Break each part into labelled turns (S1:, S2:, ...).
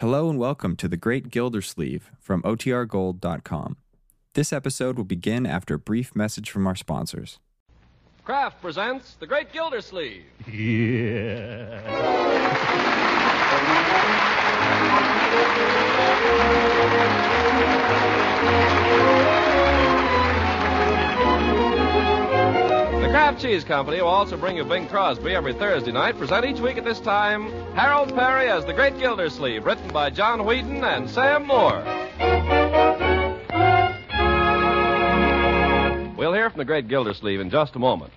S1: Hello and welcome to The Great Gildersleeve from OTRGold.com. This episode will begin after a brief message from our sponsors.
S2: Kraft presents The Great Gildersleeve.
S3: Yeah.
S2: The Kraft Cheese Company will also bring you Bing Crosby every Thursday night. Present each week at this time Harold Perry as The Great Gildersleeve, written by John Wheaton and Sam Moore. We'll hear from The Great Gildersleeve in just a moment.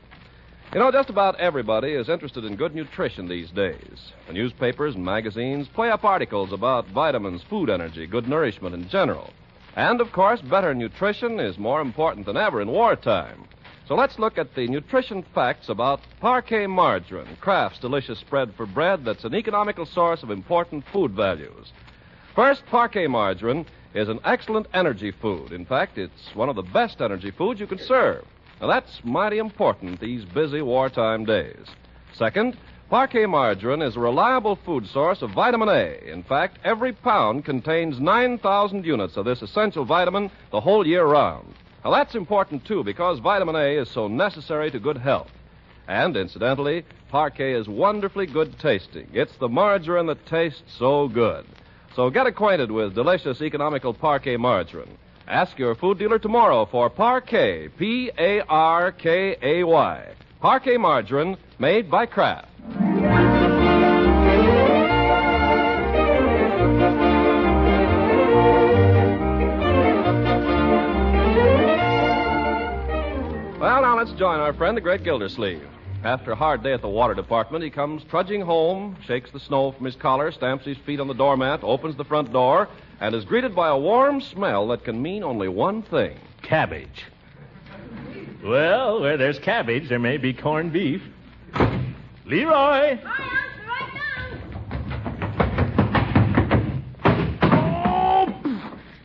S2: You know, just about everybody is interested in good nutrition these days. The newspapers and magazines play up articles about vitamins, food energy, good nourishment in general. And, of course, better nutrition is more important than ever in wartime. So let's look at the nutrition facts about parquet margarine, Kraft's delicious spread for bread that's an economical source of important food values. First, parquet margarine is an excellent energy food. In fact, it's one of the best energy foods you can serve. Now, that's mighty important these busy wartime days. Second, parquet margarine is a reliable food source of vitamin A. In fact, every pound contains 9,000 units of this essential vitamin the whole year round. Now, that's important, too, because vitamin A is so necessary to good health. And incidentally, parquet is wonderfully good tasting. It's the margarine that tastes so good. So get acquainted with delicious economical parquet margarine. Ask your food dealer tomorrow for parquet, P A R K A Y. Parquet margarine made by Kraft. Well, now let's join our friend, the great Gildersleeve. After a hard day at the water department, he comes trudging home, shakes the snow from his collar, stamps his feet on the doormat, opens the front door, and is greeted by a warm smell that can mean only one thing.
S3: Cabbage. Well, where there's cabbage, there may be corned beef. Leroy!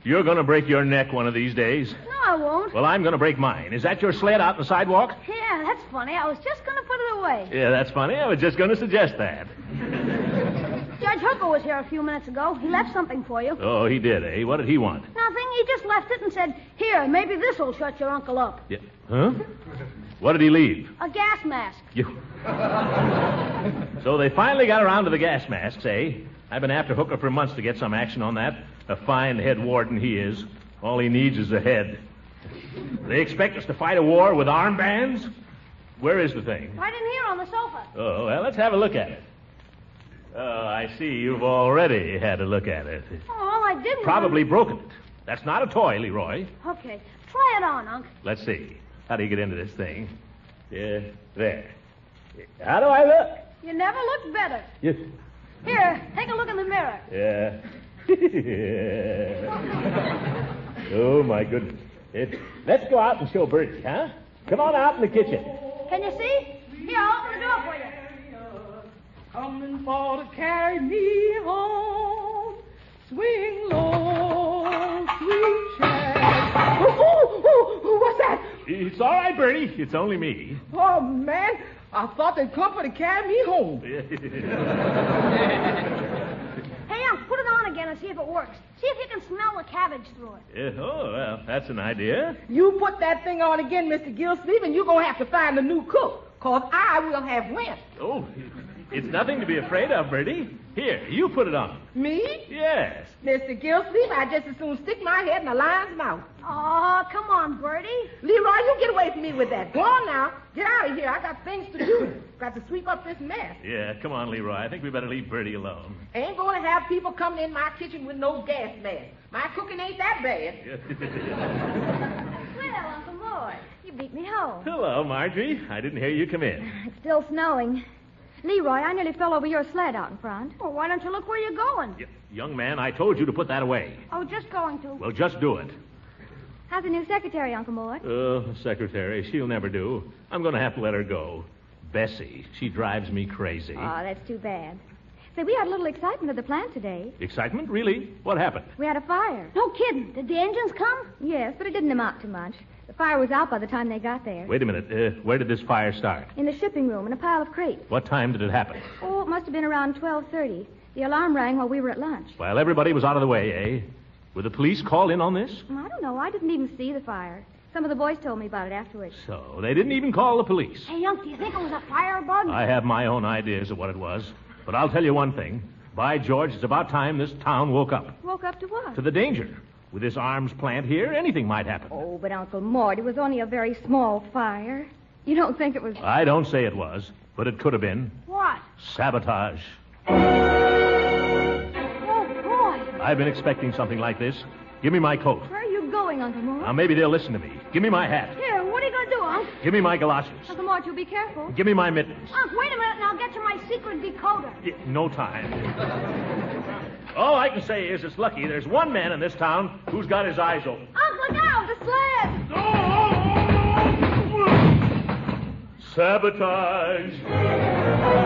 S3: You're going to break your neck one of these days.
S4: No, I won't.
S3: Well, I'm going to break mine. Is that your sled out in the sidewalk?
S4: Yeah, that's funny. I was just going to put it away.
S3: Yeah, that's funny. I was just going to suggest that.
S4: Judge Hooker was here a few minutes ago. He left something for you.
S3: Oh, he did, eh? What did he want?
S4: Nothing. He just left it and said, Here, maybe this'll shut your uncle up.
S3: Yeah. Huh? What did he leave?
S4: A gas mask.
S3: You. so they finally got around to the gas masks, eh? I've been after Hooker for months to get some action on that. A fine head warden he is. All he needs is a head. They expect us to fight a war with armbands? Where is the thing?
S4: Right in here on the sofa.
S3: Oh, well, let's have a look at it. Oh, I see you've already had a look at it.
S4: Oh, all I did was.
S3: Probably broken it. That's not a toy, Leroy.
S4: Okay. Try it on, Unc.
S3: Let's see. How do you get into this thing? Yeah, there. How do I look?
S4: You never looked better.
S3: Yes.
S4: Here, take a look in the mirror.
S3: Yeah. oh, my goodness. It- let's go out and show Bertie, huh? Come on out in the kitchen.
S4: Can you see? Here, I'll open the door for you.
S5: Coming for to carry me home. Swing low, sweet chariot. Oh, oh, oh, what's that?
S3: It's all right, Bertie. It's only me.
S5: Oh, man. I thought they'd come for to carry me home.
S4: Hey, Unc, put it on again and see if it works. See if you can smell the cabbage through it.
S3: oh, well, that's an idea.
S5: You put that thing on again, Mr. Gillsleeve, and you're going to have to find a new cook, 'cause I will have went.
S3: Oh, it's nothing to be afraid of, Bertie. Here, you put it on.
S5: Me?
S3: Yes.
S5: Mr. Gillsleeve, I just as soon stick my head in a lion's mouth.
S4: Oh, come on, Bertie.
S5: Leroy, you get away from me with that. Go on now. Get out of here. I got things to do. got to sweep up this mess.
S3: Yeah, come on, Leroy. I think we better leave Bertie alone.
S5: Ain't going to have people coming in my kitchen with no gas mask. My cooking ain't that bad.
S4: Well, Uncle Lloyd, you beat me home.
S3: Hello, Marjorie. I didn't hear you come in.
S6: It's still snowing. Leroy, I nearly fell over your sled out in front.
S4: Well, why don't you look where you're going?
S3: Y- young man, I told you to put that away.
S4: Oh, just going to.
S3: Well, just do it.
S6: How's the new secretary, Uncle Mort?
S3: Oh, secretary, she'll never do. I'm going to have to let her go. Bessie, she drives me crazy.
S6: Oh, that's too bad. Say, we had a little excitement at the plant today.
S3: Excitement? Really? What happened?
S6: We had a fire.
S4: No kidding. Did the engines come?
S6: Yes, but it didn't amount to much. The fire was out by the time they got there.
S3: Wait a minute. Uh, where did this fire start?
S6: In the shipping room, in a pile of crates.
S3: What time did it happen?
S6: Oh, it must have been around 12.30. The alarm rang while we were at lunch.
S3: Well, everybody was out of the way, eh? Were the police called in on this?
S6: Well, I don't know. I didn't even see the fire. Some of the boys told me about it afterwards.
S3: So they didn't even call the police.
S4: Hey, Unc, do you think it was a firebug?
S3: I have my own ideas of what it was, but I'll tell you one thing. By George, it's about time this town woke up
S6: Woke up to what?
S3: to the danger. With this arms plant here, anything might happen.
S6: Oh, but Uncle Mort, it was only a very small fire. You don't think it was.
S3: I don't say it was, but it could have been
S4: What?
S3: sabotage.
S4: Oh, boy.
S3: I've been expecting something like this. Give me my coat.
S6: Where are you going, Uncle Mort?
S3: Now maybe they'll listen to me. Give me my hat.
S4: Here, what are you going to do, Unc?
S3: Give me my galoshes.
S6: Uncle Mort, you be careful.
S3: Give me my mittens.
S4: Unc, wait a minute and I'll get you my secret decoder.
S3: Y- No time. All I can say is it's lucky there's one man in this town who's got his eyes open.
S4: Unc, look out! The sled!
S3: Sabotage.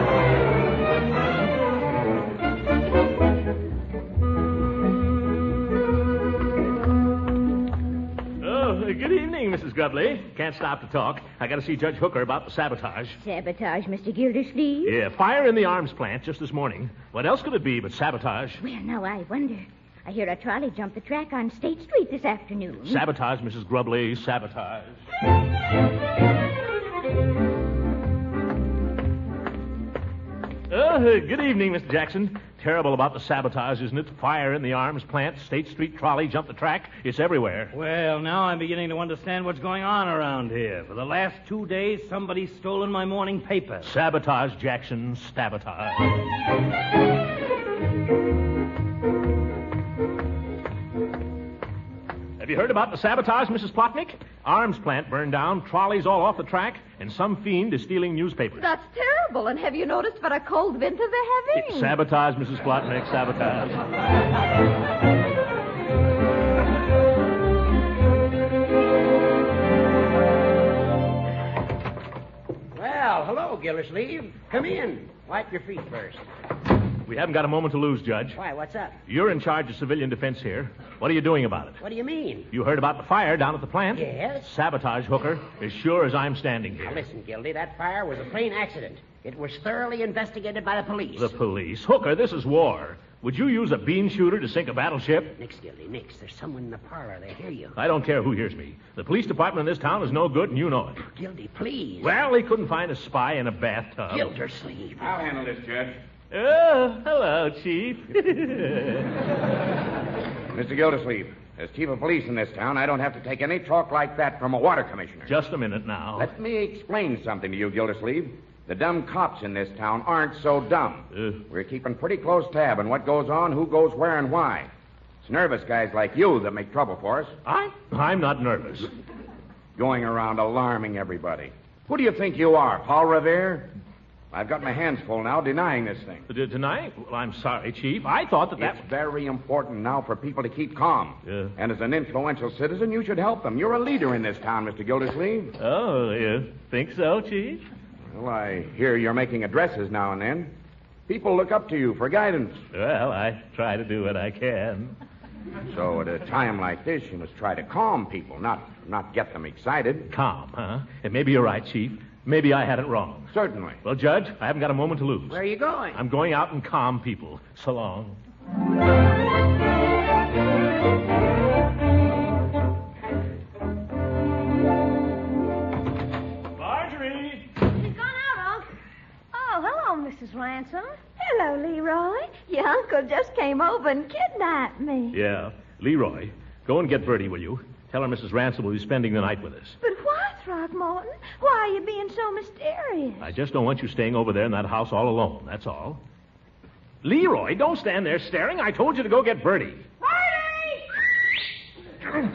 S3: Oh, good evening, Mrs. Gubly. Can't stop to talk. I got to see Judge Hooker about the sabotage.
S6: Sabotage, Mr. Gildersleeve?
S3: Yeah, fire in the arms plant just this morning. What else could it be but sabotage?
S6: Well, now I wonder. I hear a trolley jump the track on State Street this afternoon.
S3: Sabotage, Mrs. Grubley, sabotage. Uh, good evening, Mr. Jackson. Terrible about the sabotage, isn't it? Fire in the arms plant, State Street trolley, jump the track. It's everywhere.
S7: Well, now I'm beginning to understand what's going on around here. For the last two days, somebody's stolen my morning paper.
S3: Sabotage, Jackson, sabotage. Have you heard about the sabotage, Mrs. Plotnick? Arms plant burned down, trolleys all off the track, and some fiend is stealing newspapers.
S8: That's terrible. And have you noticed what a cold winter they're having?
S3: Sabotage, Mrs. Plotnick, sabotage.
S9: Well, hello, Gildersleeve. Come in. Wipe your feet first.
S3: We haven't got a moment to lose, Judge.
S9: Why, what's up?
S3: You're in charge of civilian defense here. What are you doing about it?
S9: What do you mean?
S3: You heard about the fire down at the plant?
S9: Yes.
S3: Sabotage, Hooker, as sure as I'm standing here.
S9: Now, listen, Gildy, that fire was a plain accident. It was thoroughly investigated by the police.
S3: The police. Hooker, this is war. Would you use a bean shooter to sink a battleship?
S9: Nix, Gildy, nix. There's someone in the parlor. They hear you.
S3: I don't care who hears me. The police department in this town is no good, and you know it.
S9: Gildy, please.
S3: Well, they couldn't find a spy in a bathtub.
S9: Gildersleeve.
S10: I'll handle this, Judge.
S3: Oh, hello, Chief.
S10: Mr. Gildersleeve, as chief of police in this town, I don't have to take any talk like that from a water commissioner.
S3: Just a minute now.
S10: Let me explain something to you, Gildersleeve. The dumb cops in this town aren't so dumb.
S3: Uh.
S10: We're keeping pretty close tab on what goes on, who goes where, and why. It's nervous guys like you that make trouble for us,
S3: I, I'm not nervous.
S10: going around alarming everybody. Who do you think you are, Paul Revere? I've got my hands full now denying this thing.
S3: D- Tonight? Well, I'm sorry, Chief. I thought that that...
S10: It's very important now for people to keep calm.
S3: Yeah.
S10: And as an influential citizen, you should help them. You're a leader in this town, Mr. Gildersleeve.
S3: Oh, you think so, Chief?
S10: Well, I hear you're making addresses now and then. People look up to you for guidance.
S3: Well, I try to do what I can.
S10: So at a time like this, you must try to calm people, not not get them excited.
S3: Calm, um, huh? And maybe you're right, Chief. Maybe I had it wrong.
S10: Certainly.
S3: Well, Judge, I haven't got a moment to lose.
S9: Where are you going?
S3: I'm going out and calm people. So long. Marjorie!
S4: He's gone out, Unc. Oh, hello, Mrs. Ransom.
S8: Hello, Leroy. Your uncle just came over and kidnapped me.
S3: Yeah, Leroy, go and get Bertie, will you? Tell her Mrs. Ransom will be spending the night with us.
S8: But why, Throckmorton? Why are you being so mysterious?
S3: I just don't want you staying over there in that house all alone, that's all. Leroy, don't stand there staring. I told you to go get Bertie. Bertie!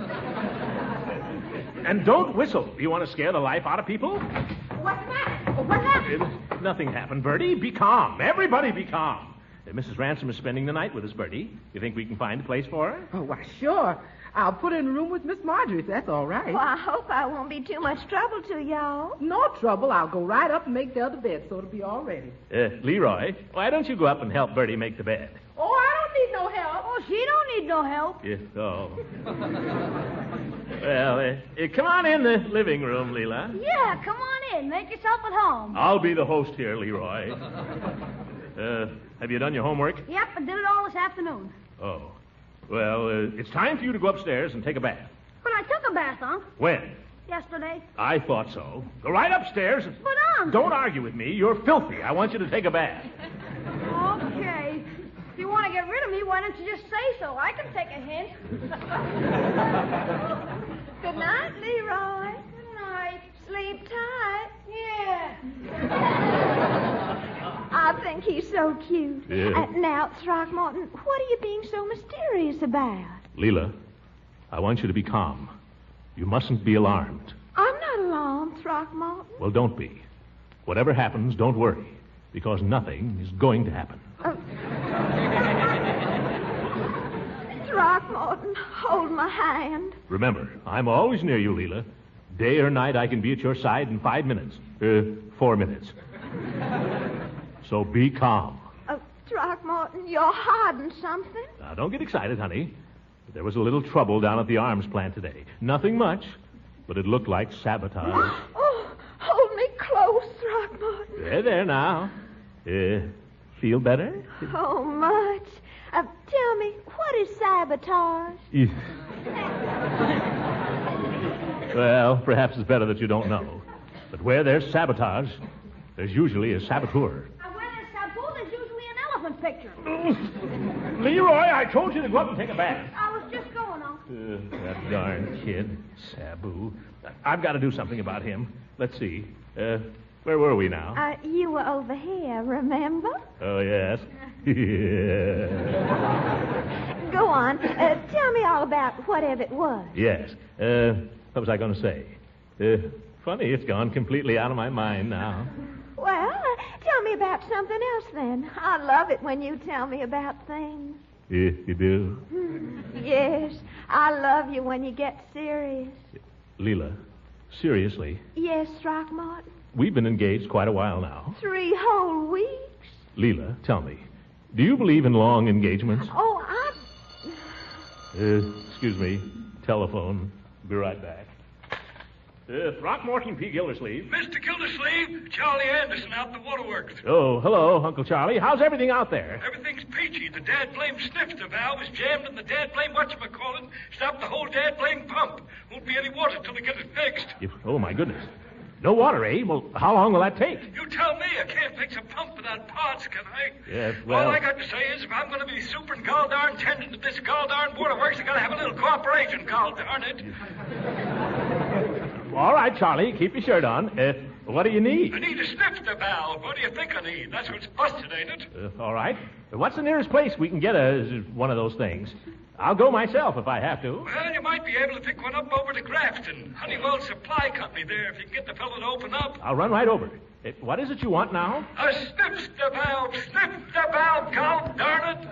S3: and don't whistle. You want to scare the life out of people?
S4: What's the matter? What's happened?
S3: It- nothing happened, Bertie. Be calm. Everybody be calm. Uh, Mrs. Ransom is spending the night with us, Bertie. You think we can find a place for her?
S5: Oh, why, sure. I'll put her in a room with Miss Marjorie if that's all right.
S8: Well, I hope I won't be too much trouble to y'all.
S5: No trouble. I'll go right up and make the other bed so it'll be all ready.
S3: Uh, Leroy, why don't you go up and help Bertie make the bed?
S5: Oh, I don't need no help.
S4: Oh, she don't need no help.
S3: Yes, oh. well, uh, uh, come on in the living room, Leela. Oh.
S4: Yeah, come on in. Make yourself at home.
S3: I'll be the host here, Leroy. Uh, have you done your homework?
S4: Yep, I did it all this afternoon.
S3: Oh. Well, uh, it's time for you to go upstairs and take a bath.
S4: But I took a bath, Unc,
S3: When?
S4: yesterday.
S3: I thought so. Go right upstairs. and-
S4: But, Unc!
S3: Don't argue with me. You're filthy. I want you to take a bath.
S4: Okay. If you want to get rid of me, why don't you just say so? I can take a hint.
S8: Good night, Leroy.
S4: Good night.
S8: Sleep tight.
S4: Yeah.
S8: I think he's so cute.
S3: Yeah.
S8: Uh, now, Throckmorton, what are you being so mysterious about?
S3: Leela, I want you to be calm. You mustn't be alarmed.
S8: I'm not alarmed, Throckmorton.
S3: Well, don't be. Whatever happens, don't worry, because nothing is going to happen.
S8: Throckmorton, hold my hand.
S3: Remember, I'm always near you, Leela. Day or night, I can be at your side in five minutes. Uh, four minutes. so be calm.
S8: Uh, Throckmorton, you're hiding something.
S3: Now, don't get excited, honey. There was a little trouble down at the arms plant today. Nothing much, but it looked like sabotage.
S8: Oh, hold me close, Throckmorton.
S3: there, there now. Uh, feel better?
S8: Oh, much. Uh, tell me, what is sabotage?
S3: Yeah. well, perhaps it's better that you don't know. But where there's sabotage, there's usually a saboteur.
S4: And where there's shampoo, there's usually an elephant picture.
S3: Leroy, I told you to go up and take a bath.
S4: I was just going, Unc.
S3: Uh, that darn kid, Sabu. I've got to do something about him. Let's see. Uh, where were we now?
S8: Uh, you were over here, remember?
S3: Oh, yes. yeah.
S8: Go on. Uh, tell me all about whatever it was.
S3: Yes. Uh, what was I going to say? Uh, funny, it's gone completely out of my mind now.
S8: Well, uh, tell me about something else then. I love it when you tell me about things. Hmm.
S3: If Uh, you do.
S8: Yes, I love you when you get serious.
S3: Leela, seriously,
S8: Yes, Throckmorton.
S3: we've been engaged quite a while now.
S8: Three whole weeks.
S3: Leela, tell me, do you believe in long engagements?
S8: Oh, I.
S3: Uh, excuse me, telephone. Be right back. Uh, Throckmorton P. Gildersleeve.
S11: Mr. Gildersleeve, Charlie Anderson out the waterworks.
S3: Oh, hello, Uncle Charlie. How's everything out there?
S11: Everything's peachy. The dad blame snifter valve is jammed, and the dad blame whatchamacallit stopped the whole dad blame pump. Won't be any water till they get it fixed.
S3: If, oh, my goodness. No water, eh? Well, how long will that take?
S11: You tell me I can't fix a pump without parts, can I?
S3: Yes,
S12: Oh,
S11: All I got to say is if I'm going to be super and gol darn tending to this gol darn waterworks, I got to have a little cooperation, gol darn it.
S3: All right, Charlie, keep your shirt on. Uh, what do you need?
S11: I need a snifter valve. What do you think I need? That's what's busted, ain't it?
S3: Uh, all right. What's the nearest place we can get a one of those things? I'll go myself if I have to.
S11: Well, you might be able to pick one up over to Grafton. Honeywell Supply Company there, if you can get the fellow to open up.
S3: I'll run right over. Uh, what is it you want now?
S11: A snips the valve, snips the valve, God darn it.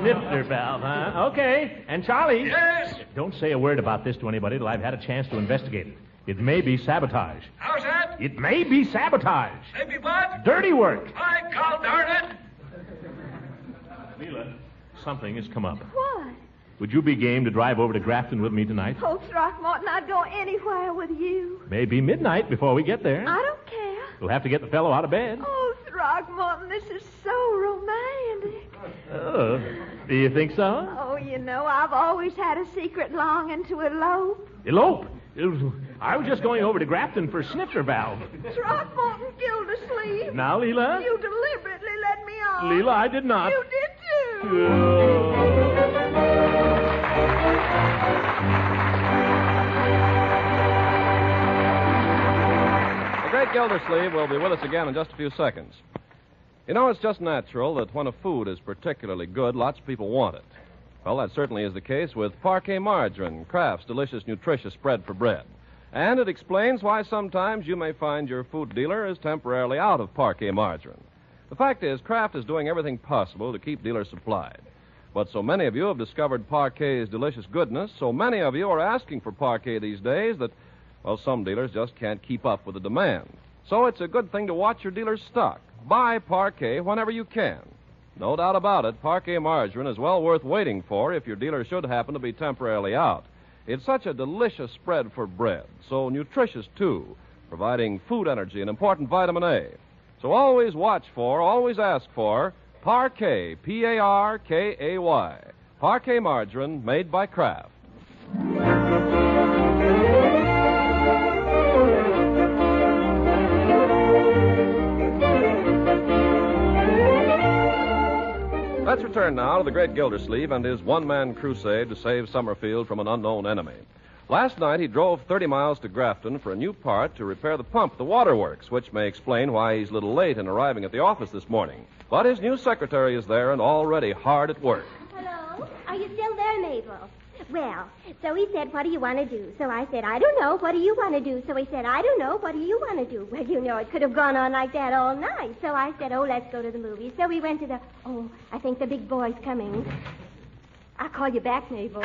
S3: Snifter valve, huh? Okay. And Charlie.
S11: Yes?
S3: Don't say a word about this to anybody till I've had a chance to investigate it. It may be sabotage.
S11: How's that?
S3: It may be sabotage.
S11: Maybe what?
S3: Dirty work.
S11: I God darn it.
S3: Leela, something has come up.
S8: What?
S3: Would you be game to drive over to Grafton with me tonight?
S8: Oh, Throckmorton, I'd go anywhere with you.
S3: Maybe midnight before we get there.
S8: I don't care.
S3: We'll have to get the fellow out of bed.
S8: Oh, Throckmorton, this is so romantic.
S3: Oh, do you think so?
S8: Oh, you know, I've always had a secret longing to elope.
S3: Elope. I was just going over to Grafton for snifter valve.
S8: Throckmorton Gildersleeve.
S3: Now, Leela?
S8: You deliberately let me off.
S3: Leela, I did not.
S8: You did too.
S3: Uh,
S2: The great Gildersleeve will be with us again in just a few seconds. You know, it's just natural that when a food is particularly good, lots of people want it. Well, that certainly is the case with parquet margarine, Kraft's delicious, nutritious spread for bread. And it explains why sometimes you may find your food dealer is temporarily out of parquet margarine. The fact is, Kraft is doing everything possible to keep dealers supplied. But so many of you have discovered parquet's delicious goodness, so many of you are asking for parquet these days that well, some dealers just can't keep up with the demand. So it's a good thing to watch your dealer's stock. Buy parquet whenever you can. No doubt about it, parquet margarine is well worth waiting for if your dealer should happen to be temporarily out. It's such a delicious spread for bread, so nutritious too, providing food energy and important vitamin A. So So always watch for, always ask for Parquet, P A R K A Y. Parquet margarine made by Kraft. Let's return now to the great Gildersleeve and his one man crusade to save Summerfield from an unknown enemy. Last night, he drove 30 miles to Grafton for a new part to repair the pump, the waterworks, which may explain why he's a little late in arriving at the office this morning. But his new secretary is there and already hard at work.
S6: Hello? Are you still there, Mabel? Well, so he said, What do you want to do? So I said, I don't know. What do you want to do? So he said, I don't know. What do you want to do? Well, you know, it could have gone on like that all night. So I said, Oh, let's go to the movies. So we went to the. Oh, I think the big boy's coming. I'll call you back, Mabel.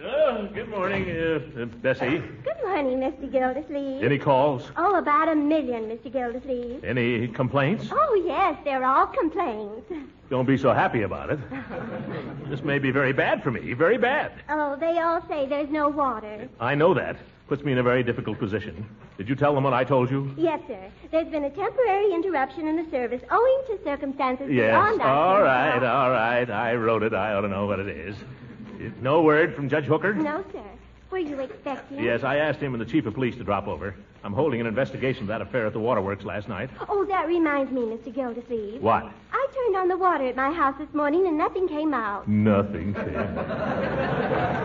S3: Oh, good morning, uh, uh, Bessie.
S6: Good morning, Mr. Gildersleeve.
S3: Any calls?
S6: Oh, about a million, Mr. Gildersleeve.
S3: Any complaints?
S6: Oh, yes, they're all complaints.
S3: Don't be so happy about it. This may be very bad for me, very bad.
S6: Oh, they all say there's no water.
S3: I know that. Puts me in a very difficult position. Did you tell them what I told you?
S6: Yes, sir. There's been a temporary interruption in the service owing to circumstances
S3: Yes.
S6: beyond our
S3: All
S6: control.
S3: right, all right. I wrote it. I ought to know what it is. No word from Judge Hooker?
S6: No, sir. Were you expecting?
S3: Yes, I asked him and the chief of police to drop over. I'm holding an investigation of that affair at the waterworks last night.
S6: Oh, that reminds me, Mr. Gildersleeve.
S3: What?
S6: I turned on the water at my house this morning and nothing came out.
S3: Nothing.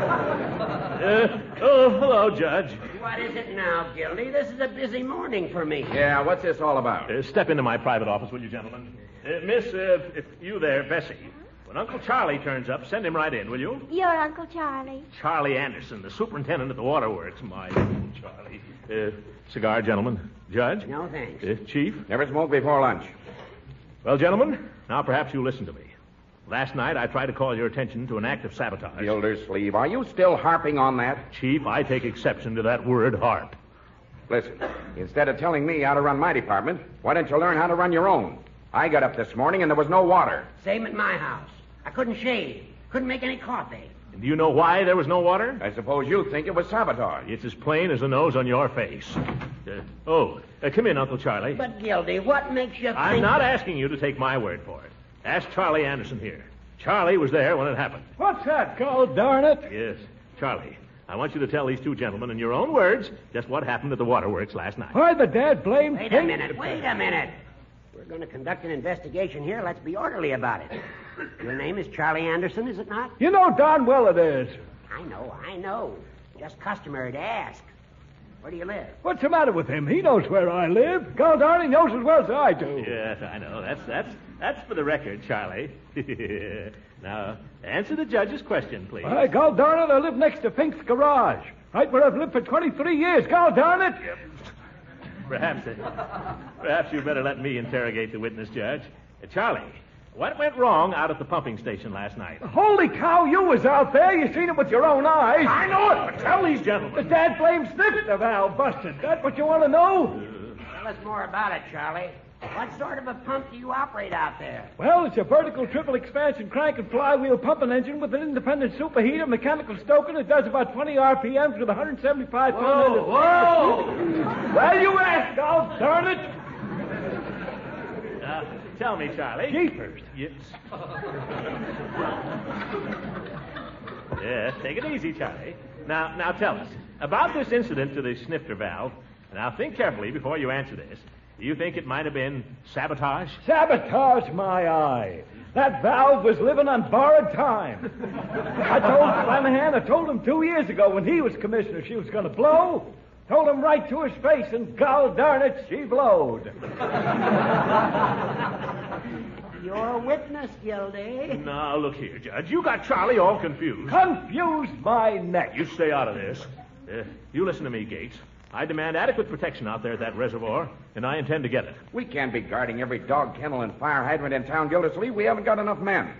S3: Uh, oh, hello, Judge.
S9: What is it now, Gildy? This is a busy morning for me.
S3: Yeah, what's this all about? Uh, step into my private office, will you, gentlemen? Uh, miss, uh, if you there, Bessie, when Uncle Charlie turns up, send him right in, will you?
S6: Your Uncle Charlie.
S3: Charlie Anderson, the superintendent at the waterworks. My old Charlie. Uh, cigar, gentlemen. Judge?
S9: No, thanks.
S3: Uh, Chief? Never smoke before lunch. Well, gentlemen, now perhaps you listen to me. Last night I tried to call your attention to an act of sabotage. Gildersleeve, are you still harping on that? Chief, I take exception to that word harp.
S10: Listen, instead of telling me how to run my department, why don't you learn how to run your own? I got up this morning and there was no water.
S9: Same at my house. I couldn't shave. Couldn't make any coffee.
S3: Do you know why there was no water? I suppose you think it was sabotage. It's as plain as the nose on your face. Uh, oh, uh, come in, Uncle Charlie.
S9: But, Gildy, what makes you
S3: I'm
S9: think...
S3: not asking you to take my word for it. Ask Charlie Anderson here. Charlie was there when it happened. What's that? Oh, darn it. Yes. Charlie, I want you to tell these two gentlemen in your own words just what happened at the waterworks last night.
S12: Why the dad blame?
S9: Wait a minute, wait a minute. We're going to conduct an investigation here. Let's be orderly about it. Your name is Charlie Anderson, is it not?
S12: You know darn well it is.
S9: I know, I know. Just customary to ask. Where do you live?
S12: What's the matter with him? He knows where I live. God darn, he knows as well as I do.
S3: Yes, I know. That's that's that's for the record, Charlie. now, answer the judge's question, please.
S12: Why, God darn it, I live next to Fink's garage. Right where I've lived for 23 years. God darn it.
S3: Perhaps, perhaps you better let me interrogate the witness, Judge. Uh, Charlie, what went wrong out at the pumping station last night?
S12: Holy cow, you was out there. You seen it with your own eyes.
S3: I know it, but tell these gentlemen.
S12: The dad blame sniffed the valve busted. That what you want to know?
S9: Tell us more about it, Charlie. What sort of a pump do you operate out there?
S12: Well, it's a vertical triple expansion crank and flywheel pumping engine with an independent superheater, mechanical stoking. It does about 20 RPMs with 175 pound
S11: Whoa, whoa!
S12: well, you asked, I'll darn it.
S3: Uh, tell me, Charlie.
S12: Jeepers.
S3: Yes. Yes, take it easy, Charlie. Now, now tell us about this incident to the snifter valve. Now, think carefully before you answer this. Do you think it might have been sabotage?
S12: Sabotage my eye. That valve was living on borrowed time. I told Flanagan, I told him two years ago when he was commissioner she was going to blow. Told him right to his face, and gol darn it, she blowed.
S9: Your witness, Gildy.
S3: Now, look here, Judge. You got Charlie all confused.
S12: Confused my neck.
S3: You stay out of this. Uh, you listen to me, Gates. I demand adequate protection out there at that reservoir, and I intend to get it.
S10: We can't be guarding every dog kennel and fire hydrant in town, Gildersleeve. We haven't got enough men.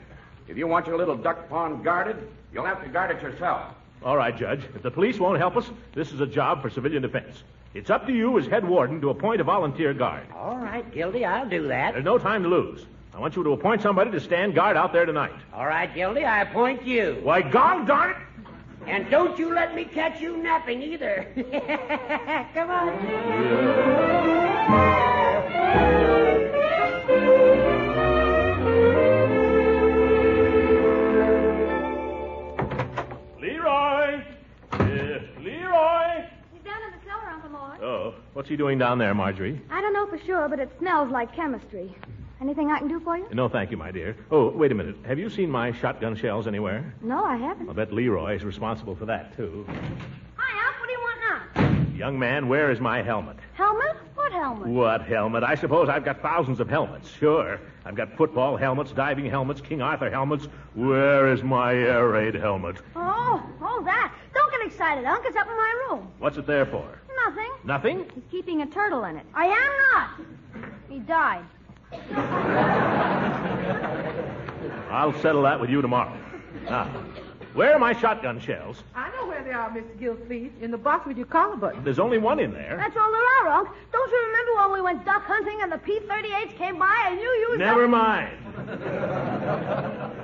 S10: If you want your little duck pond guarded, you'll have to guard it yourself.
S3: All right, Judge. If the police won't help us, this is a job for civilian defense. It's up to you as head warden to appoint a volunteer guard.
S9: All right, Gildy, I'll do that.
S3: There's no time to lose. I want you to appoint somebody to stand guard out there tonight.
S9: All right, Gildy, I appoint you.
S3: Why, God Oh, darn it!
S9: And don't you let me catch you napping either. Come on.
S3: Oh, What's he doing down there, Marjorie?
S8: I don't know for sure, but it smells like chemistry. Anything I can do for you?
S3: No, thank you, my dear. Oh, wait a minute. Have you seen my shotgun shells anywhere?
S8: No, Oh, I haven't.
S3: I'll bet Leroy's responsible for that, too.
S4: Hi, Alf, what do you want now?
S3: Young man, where is my helmet?
S4: Helmet? What helmet?
S3: What helmet? I suppose I've got thousands of helmets. Sure. I've got football helmets, diving helmets, King Arthur helmets. Where is my air raid helmet?
S4: Oh, oh, that. Don't get excited, Unc. It's up in my room.
S3: What's it there for?
S4: Nothing.
S3: Nothing?
S8: He's keeping a turtle in it.
S4: I am not. He died.
S3: I'll settle that with you tomorrow. Now, where are my shotgun shells?
S5: I know where they are, Mr. Gillsleeve. In the box with your collar button.
S3: There's only one in there.
S4: That's all there are, Unc. Don't you remember when we went duck hunting and the P-38s came by and you used
S3: Never
S4: them?
S3: mind.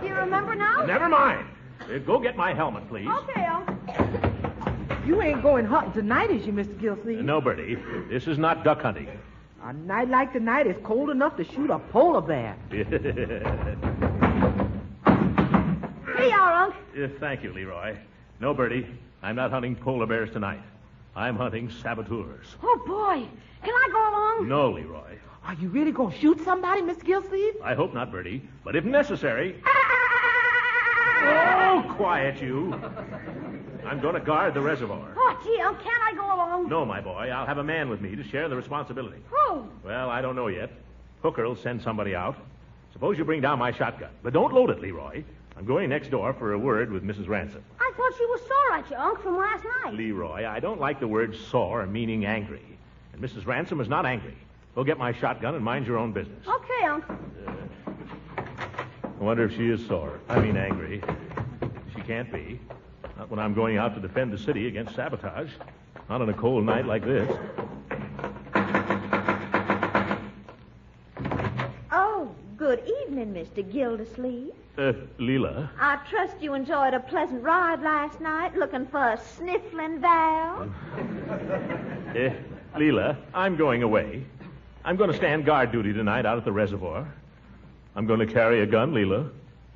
S4: Do you remember now?
S3: Never mind. Uh, Go get my helmet, please.
S4: Okay, Unc.
S5: You ain't going hunting tonight, is you, Mr. Gillsleeve?
S3: No, Bertie. This is not duck hunting.
S5: A night like tonight is cold enough to shoot a polar bear.
S3: Uh,
S4: Here you are, Unc.
S3: Thank you, Leroy. No, Bertie. I'm not hunting polar bears tonight. I'm hunting saboteurs.
S4: Oh, boy. Can I go along?
S3: No, Leroy.
S5: Are you really going to shoot somebody, Mr. Gillsleeve?
S3: I hope not, Bertie. But if necessary. Oh, quiet you. I'm going to guard the reservoir.
S4: Oh, gee, Unc, can't I go along?
S3: No, my boy. I'll have a man with me to share the responsibility.
S4: Who?
S3: Well, I don't know yet. Hooker'll send somebody out. Suppose you bring down my shotgun, but don't load it, Leroy. I'm going next door for a word with Mrs. Ransom.
S4: I thought she was sore at you, Unc, from last night.
S3: Leroy, I don't like the word sore meaning angry. And Mrs. Ransom is not angry. Go get my shotgun and mind your own business.
S4: Okay, Unc.
S3: I wonder if she is sore. I mean angry. She can't be. Not when I'm going out to defend the city against sabotage. Not on a cold night like this.
S13: Oh, good evening, Mr. Gildersleeve.
S3: Uh, Leela.
S13: I trust you enjoyed a pleasant ride last night looking for a sniffling valve.
S3: Eh, Leela, I'm going away. I'm going to stand guard duty tonight out at the reservoir. I'm going to carry a gun, Leela.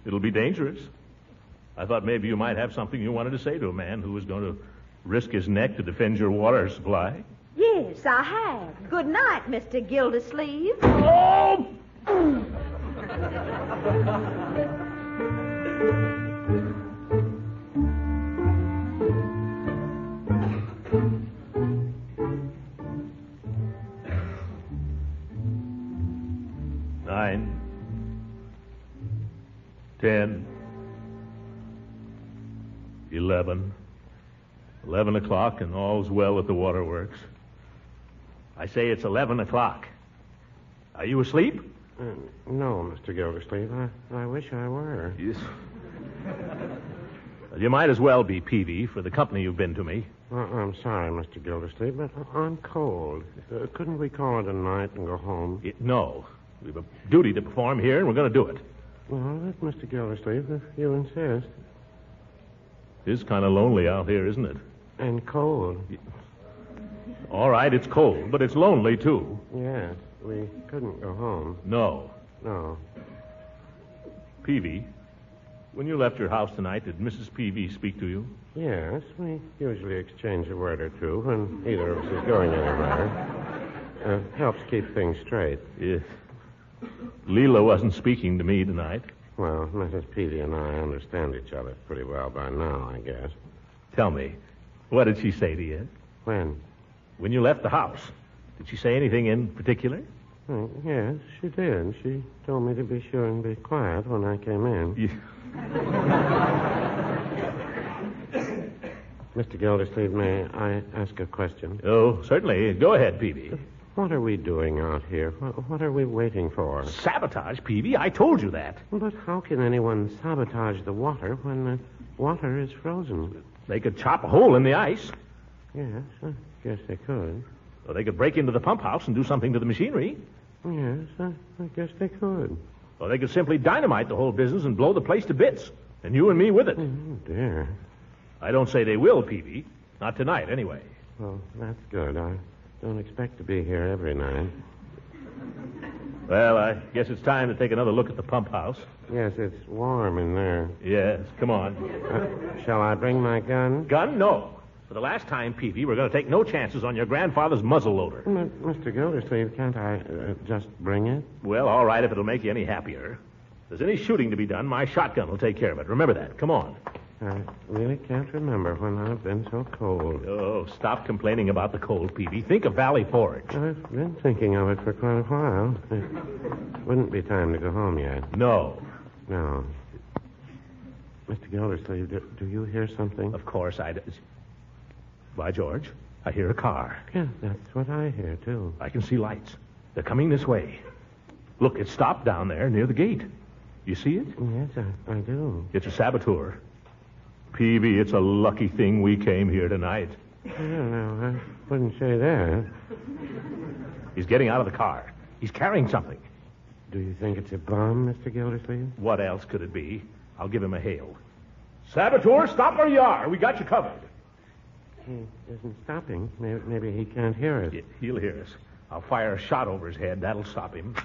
S3: It'll be dangerous. I thought maybe you might have something you wanted to say to a man who was going to risk his neck to defend your water supply.
S13: Yes, I have. Good night, Mr. Gildersleeve.
S3: Oh! Nine. Ten. Eleven. Eleven o'clock, and all's well at the waterworks. I say it's eleven o'clock. Are you asleep?
S14: no, Mr. Gildersleeve. I, Uh, I wish I were.
S3: Yes. Well, You might as well be, Peavy, for the company you've been to me.
S14: Uh, I'm sorry, Mr. Gildersleeve, but I- I'm cold. Uh, couldn't we call it a night and go home?
S3: no. We've a duty to perform here, and we're going to do it.
S14: Well, all right, Mr. Gildersleeve, if you insist.
S3: It's kind of lonely out here, isn't it?
S14: And cold.
S3: All right, it's cold, but it's lonely, too.
S14: Yes, we couldn't go home.
S3: No.
S14: No.
S3: Peavy, when you left your house tonight, did Mrs. Peavy speak to you?
S14: Yes, we usually exchange a word or two when either of us is going anywhere. Uh, helps keep things straight.
S3: Yes. Leela wasn't speaking to me tonight.
S14: Well, Mrs. Peavy and I understand each other pretty well by now, I guess.
S3: Tell me, what did she say to you?
S14: When?
S3: When you left the house. Did she say anything in particular?
S14: Uh, yes, she did. She told me to be sure and be quiet when I came in. Mr. Gildersleeve, may I ask a question?
S3: Oh, certainly. Go ahead, Peavy.
S14: What are we doing out here? What, what are we waiting for?
S3: Sabotage, Peavy. I told you that.
S14: But how can anyone sabotage the water when the water is frozen?
S3: They could chop a hole in the ice.
S14: Yes, uh, I guess they could.
S3: Or they could break into the pump house and do something to the machinery.
S14: Yes, uh, I, I guess they could.
S3: Or they could simply dynamite the whole business and blow the place to bits. And you and me with it.
S14: Oh, dear.
S3: I don't say they will, Peavy. Not tonight, anyway.
S14: Well, that's good. I don't expect to be here every night.
S3: Well, I guess it's time to take another look at the pump house.
S14: Yes, it's warm in there.
S3: Yes, come on.
S14: Shall I bring my gun?
S3: Gun? No. For the last time, Peavy, we're going to take no chances on your grandfather's muzzle loader.
S14: M- Mr. Gildersleeve, can't I uh, just bring it?
S3: Well, all right, if it'll make you any happier. If there's any shooting to be done, my shotgun will take care of it. Remember that. Come on.
S14: I really can't remember when I've been so cold.
S3: Oh, stop complaining about the cold, Peavy. Think of Valley Forge.
S14: I've been thinking of it for quite a while. It wouldn't be time to go home yet.
S3: No.
S14: No. Mr. Gildersleeve, do, do you hear something?
S3: Of course, I. By George, I hear a car.
S14: Yeah, that's what I hear, too.
S3: I can see lights. They're coming this way. Look, it stopped down there near the gate. You see it?
S14: Yes, I, I do.
S3: It's a saboteur. Peavy, it's a lucky thing we came here tonight.
S14: I don't know. I wouldn't say that.
S3: He's getting out of the car. He's carrying something.
S14: Do you think it's a bomb, Mr. Gildersleeve?
S3: What else could it be? I'll give him a hail. Saboteur, stop where you are. We got you covered.
S14: He isn't stopping. Maybe, maybe he can't hear us.
S3: He- He'll hear us. I'll fire a shot over his head. That'll stop him.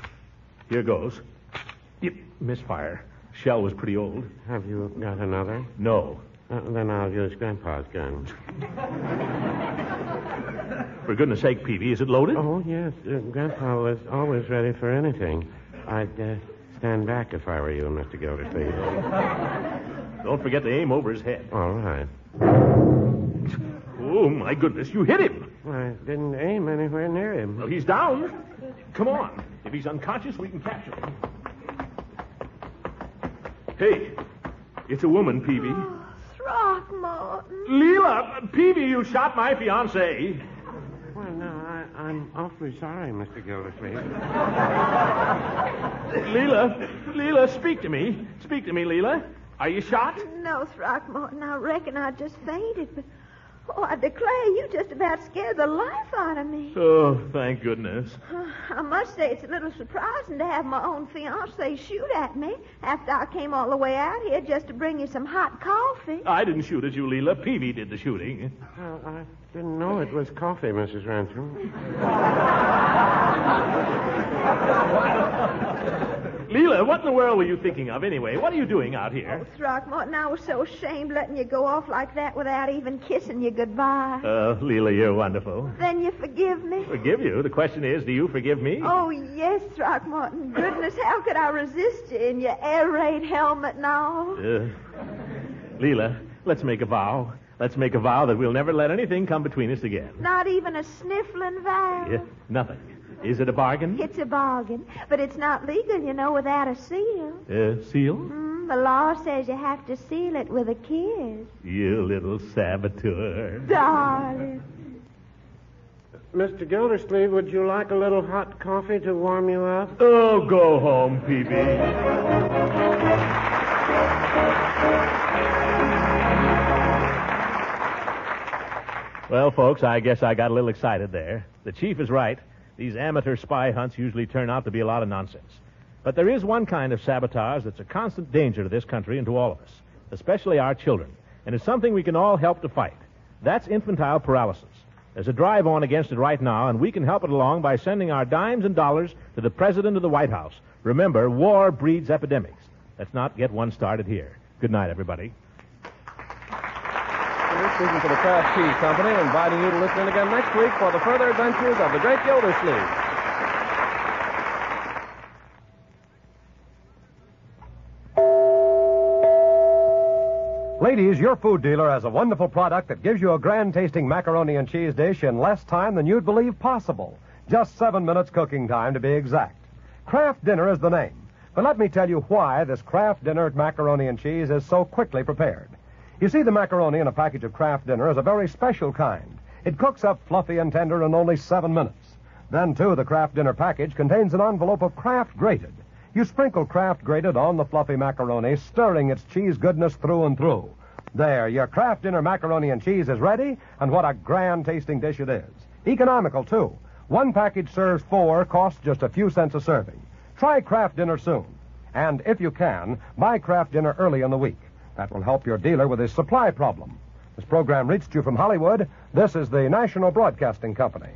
S3: Here goes. Yep, misfire. Shell was pretty old.
S14: Have you got another?
S3: No.
S14: Uh, then I'll use Grandpa's gun.
S3: For goodness sake, Peavy, is it loaded?
S14: Oh, yes. Uh, Grandpa was always ready for anything. I'd uh, stand back if I were you, Mr. Gildersleeve.
S3: Don't forget to aim over his head.
S14: All right.
S3: Oh, my goodness, you hit him.
S14: I didn't aim anywhere near him.
S3: Well, he's down. Come on. If he's unconscious, we can capture him. Hey, it's a woman, Peavy.
S8: Throckmorton.
S3: Leela, Peavy, you shot my fiancée.
S14: Well, no, I, I'm awfully sorry, Mr. Gildersleeve.
S3: Leela, Leela, speak to me. Speak to me, Leela. Are you shot?
S8: No, Throckmorton, I reckon I just fainted, but oh, I declare you just about scared the life out of me.
S3: Oh, thank goodness.
S8: I must say it's a little surprising to have my own fiance shoot at me after I came all the way out here just to bring you some hot coffee.
S3: I didn't shoot at you, Leela. Peavy did the shooting.
S14: Well, I didn't know it was coffee, Mrs. Ransom.
S3: Leela, what in the world were you thinking of anyway? What are you doing out here?
S8: Throckmorton, I was so ashamed letting you go off like that without even kissing you goodbye.
S3: Uh, Leela, you're wonderful.
S8: then you forgive me?
S3: Forgive you. The question is, do you forgive me?
S8: Oh, yes, Throckmorton. Goodness, how could I resist you in your air raid helmet and all?
S3: Uh, Leela, let's make a vow. Let's make a vow that we'll never let anything come between us again.
S8: Not even a sniffling vow.
S3: Yeah, nothing. Is it a bargain?
S8: It's a bargain, but it's not legal, you know, without a seal.
S3: Uh, seal?
S8: Mm, the law says you have to seal it with a kiss.
S3: You little saboteur.
S8: Darling.
S14: Mr. Gildersleeve, would you like a little hot coffee to warm you up?
S3: Oh, go home, Peavy. Well, folks, I guess I got a little excited there. The chief is right. These amateur spy hunts usually turn out to be a lot of nonsense. But there is one kind of sabotage that's a constant danger to this country and to all of us, especially our children, and it's something we can all help to fight. That's infantile paralysis. There's a drive on against it right now, and we can help it along by sending our dimes and dollars to the president of the White House. Remember, war breeds epidemics. Let's not get one started here. Good night, everybody.
S2: Speaking for the Kraft Cheese Company, inviting you to listen in again next week for the further adventures of the Great Gildersleeve.
S15: Ladies, your food dealer has a wonderful product that gives you a grand tasting macaroni and cheese dish in less time than you'd believe possible. Just seven minutes cooking time to be exact. Kraft Dinner is the name. But let me tell you why this Kraft Dinner macaroni and cheese is so quickly prepared. You see, the macaroni in a package of Kraft Dinner is a very special kind. It cooks up fluffy and tender in only seven minutes. Then, too, the Kraft Dinner package contains an envelope of Kraft grated. You sprinkle Kraft grated on the fluffy macaroni, stirring its cheese goodness through and through. There, your Kraft Dinner macaroni and cheese is ready, and what a grand tasting dish it is. Economical, too. One package serves four, costs just a few cents a serving. Try Kraft Dinner soon. And if you can, buy Kraft Dinner early in the week. That will help your dealer with his supply problem. This program reached you from Hollywood. This is the National Broadcasting Company.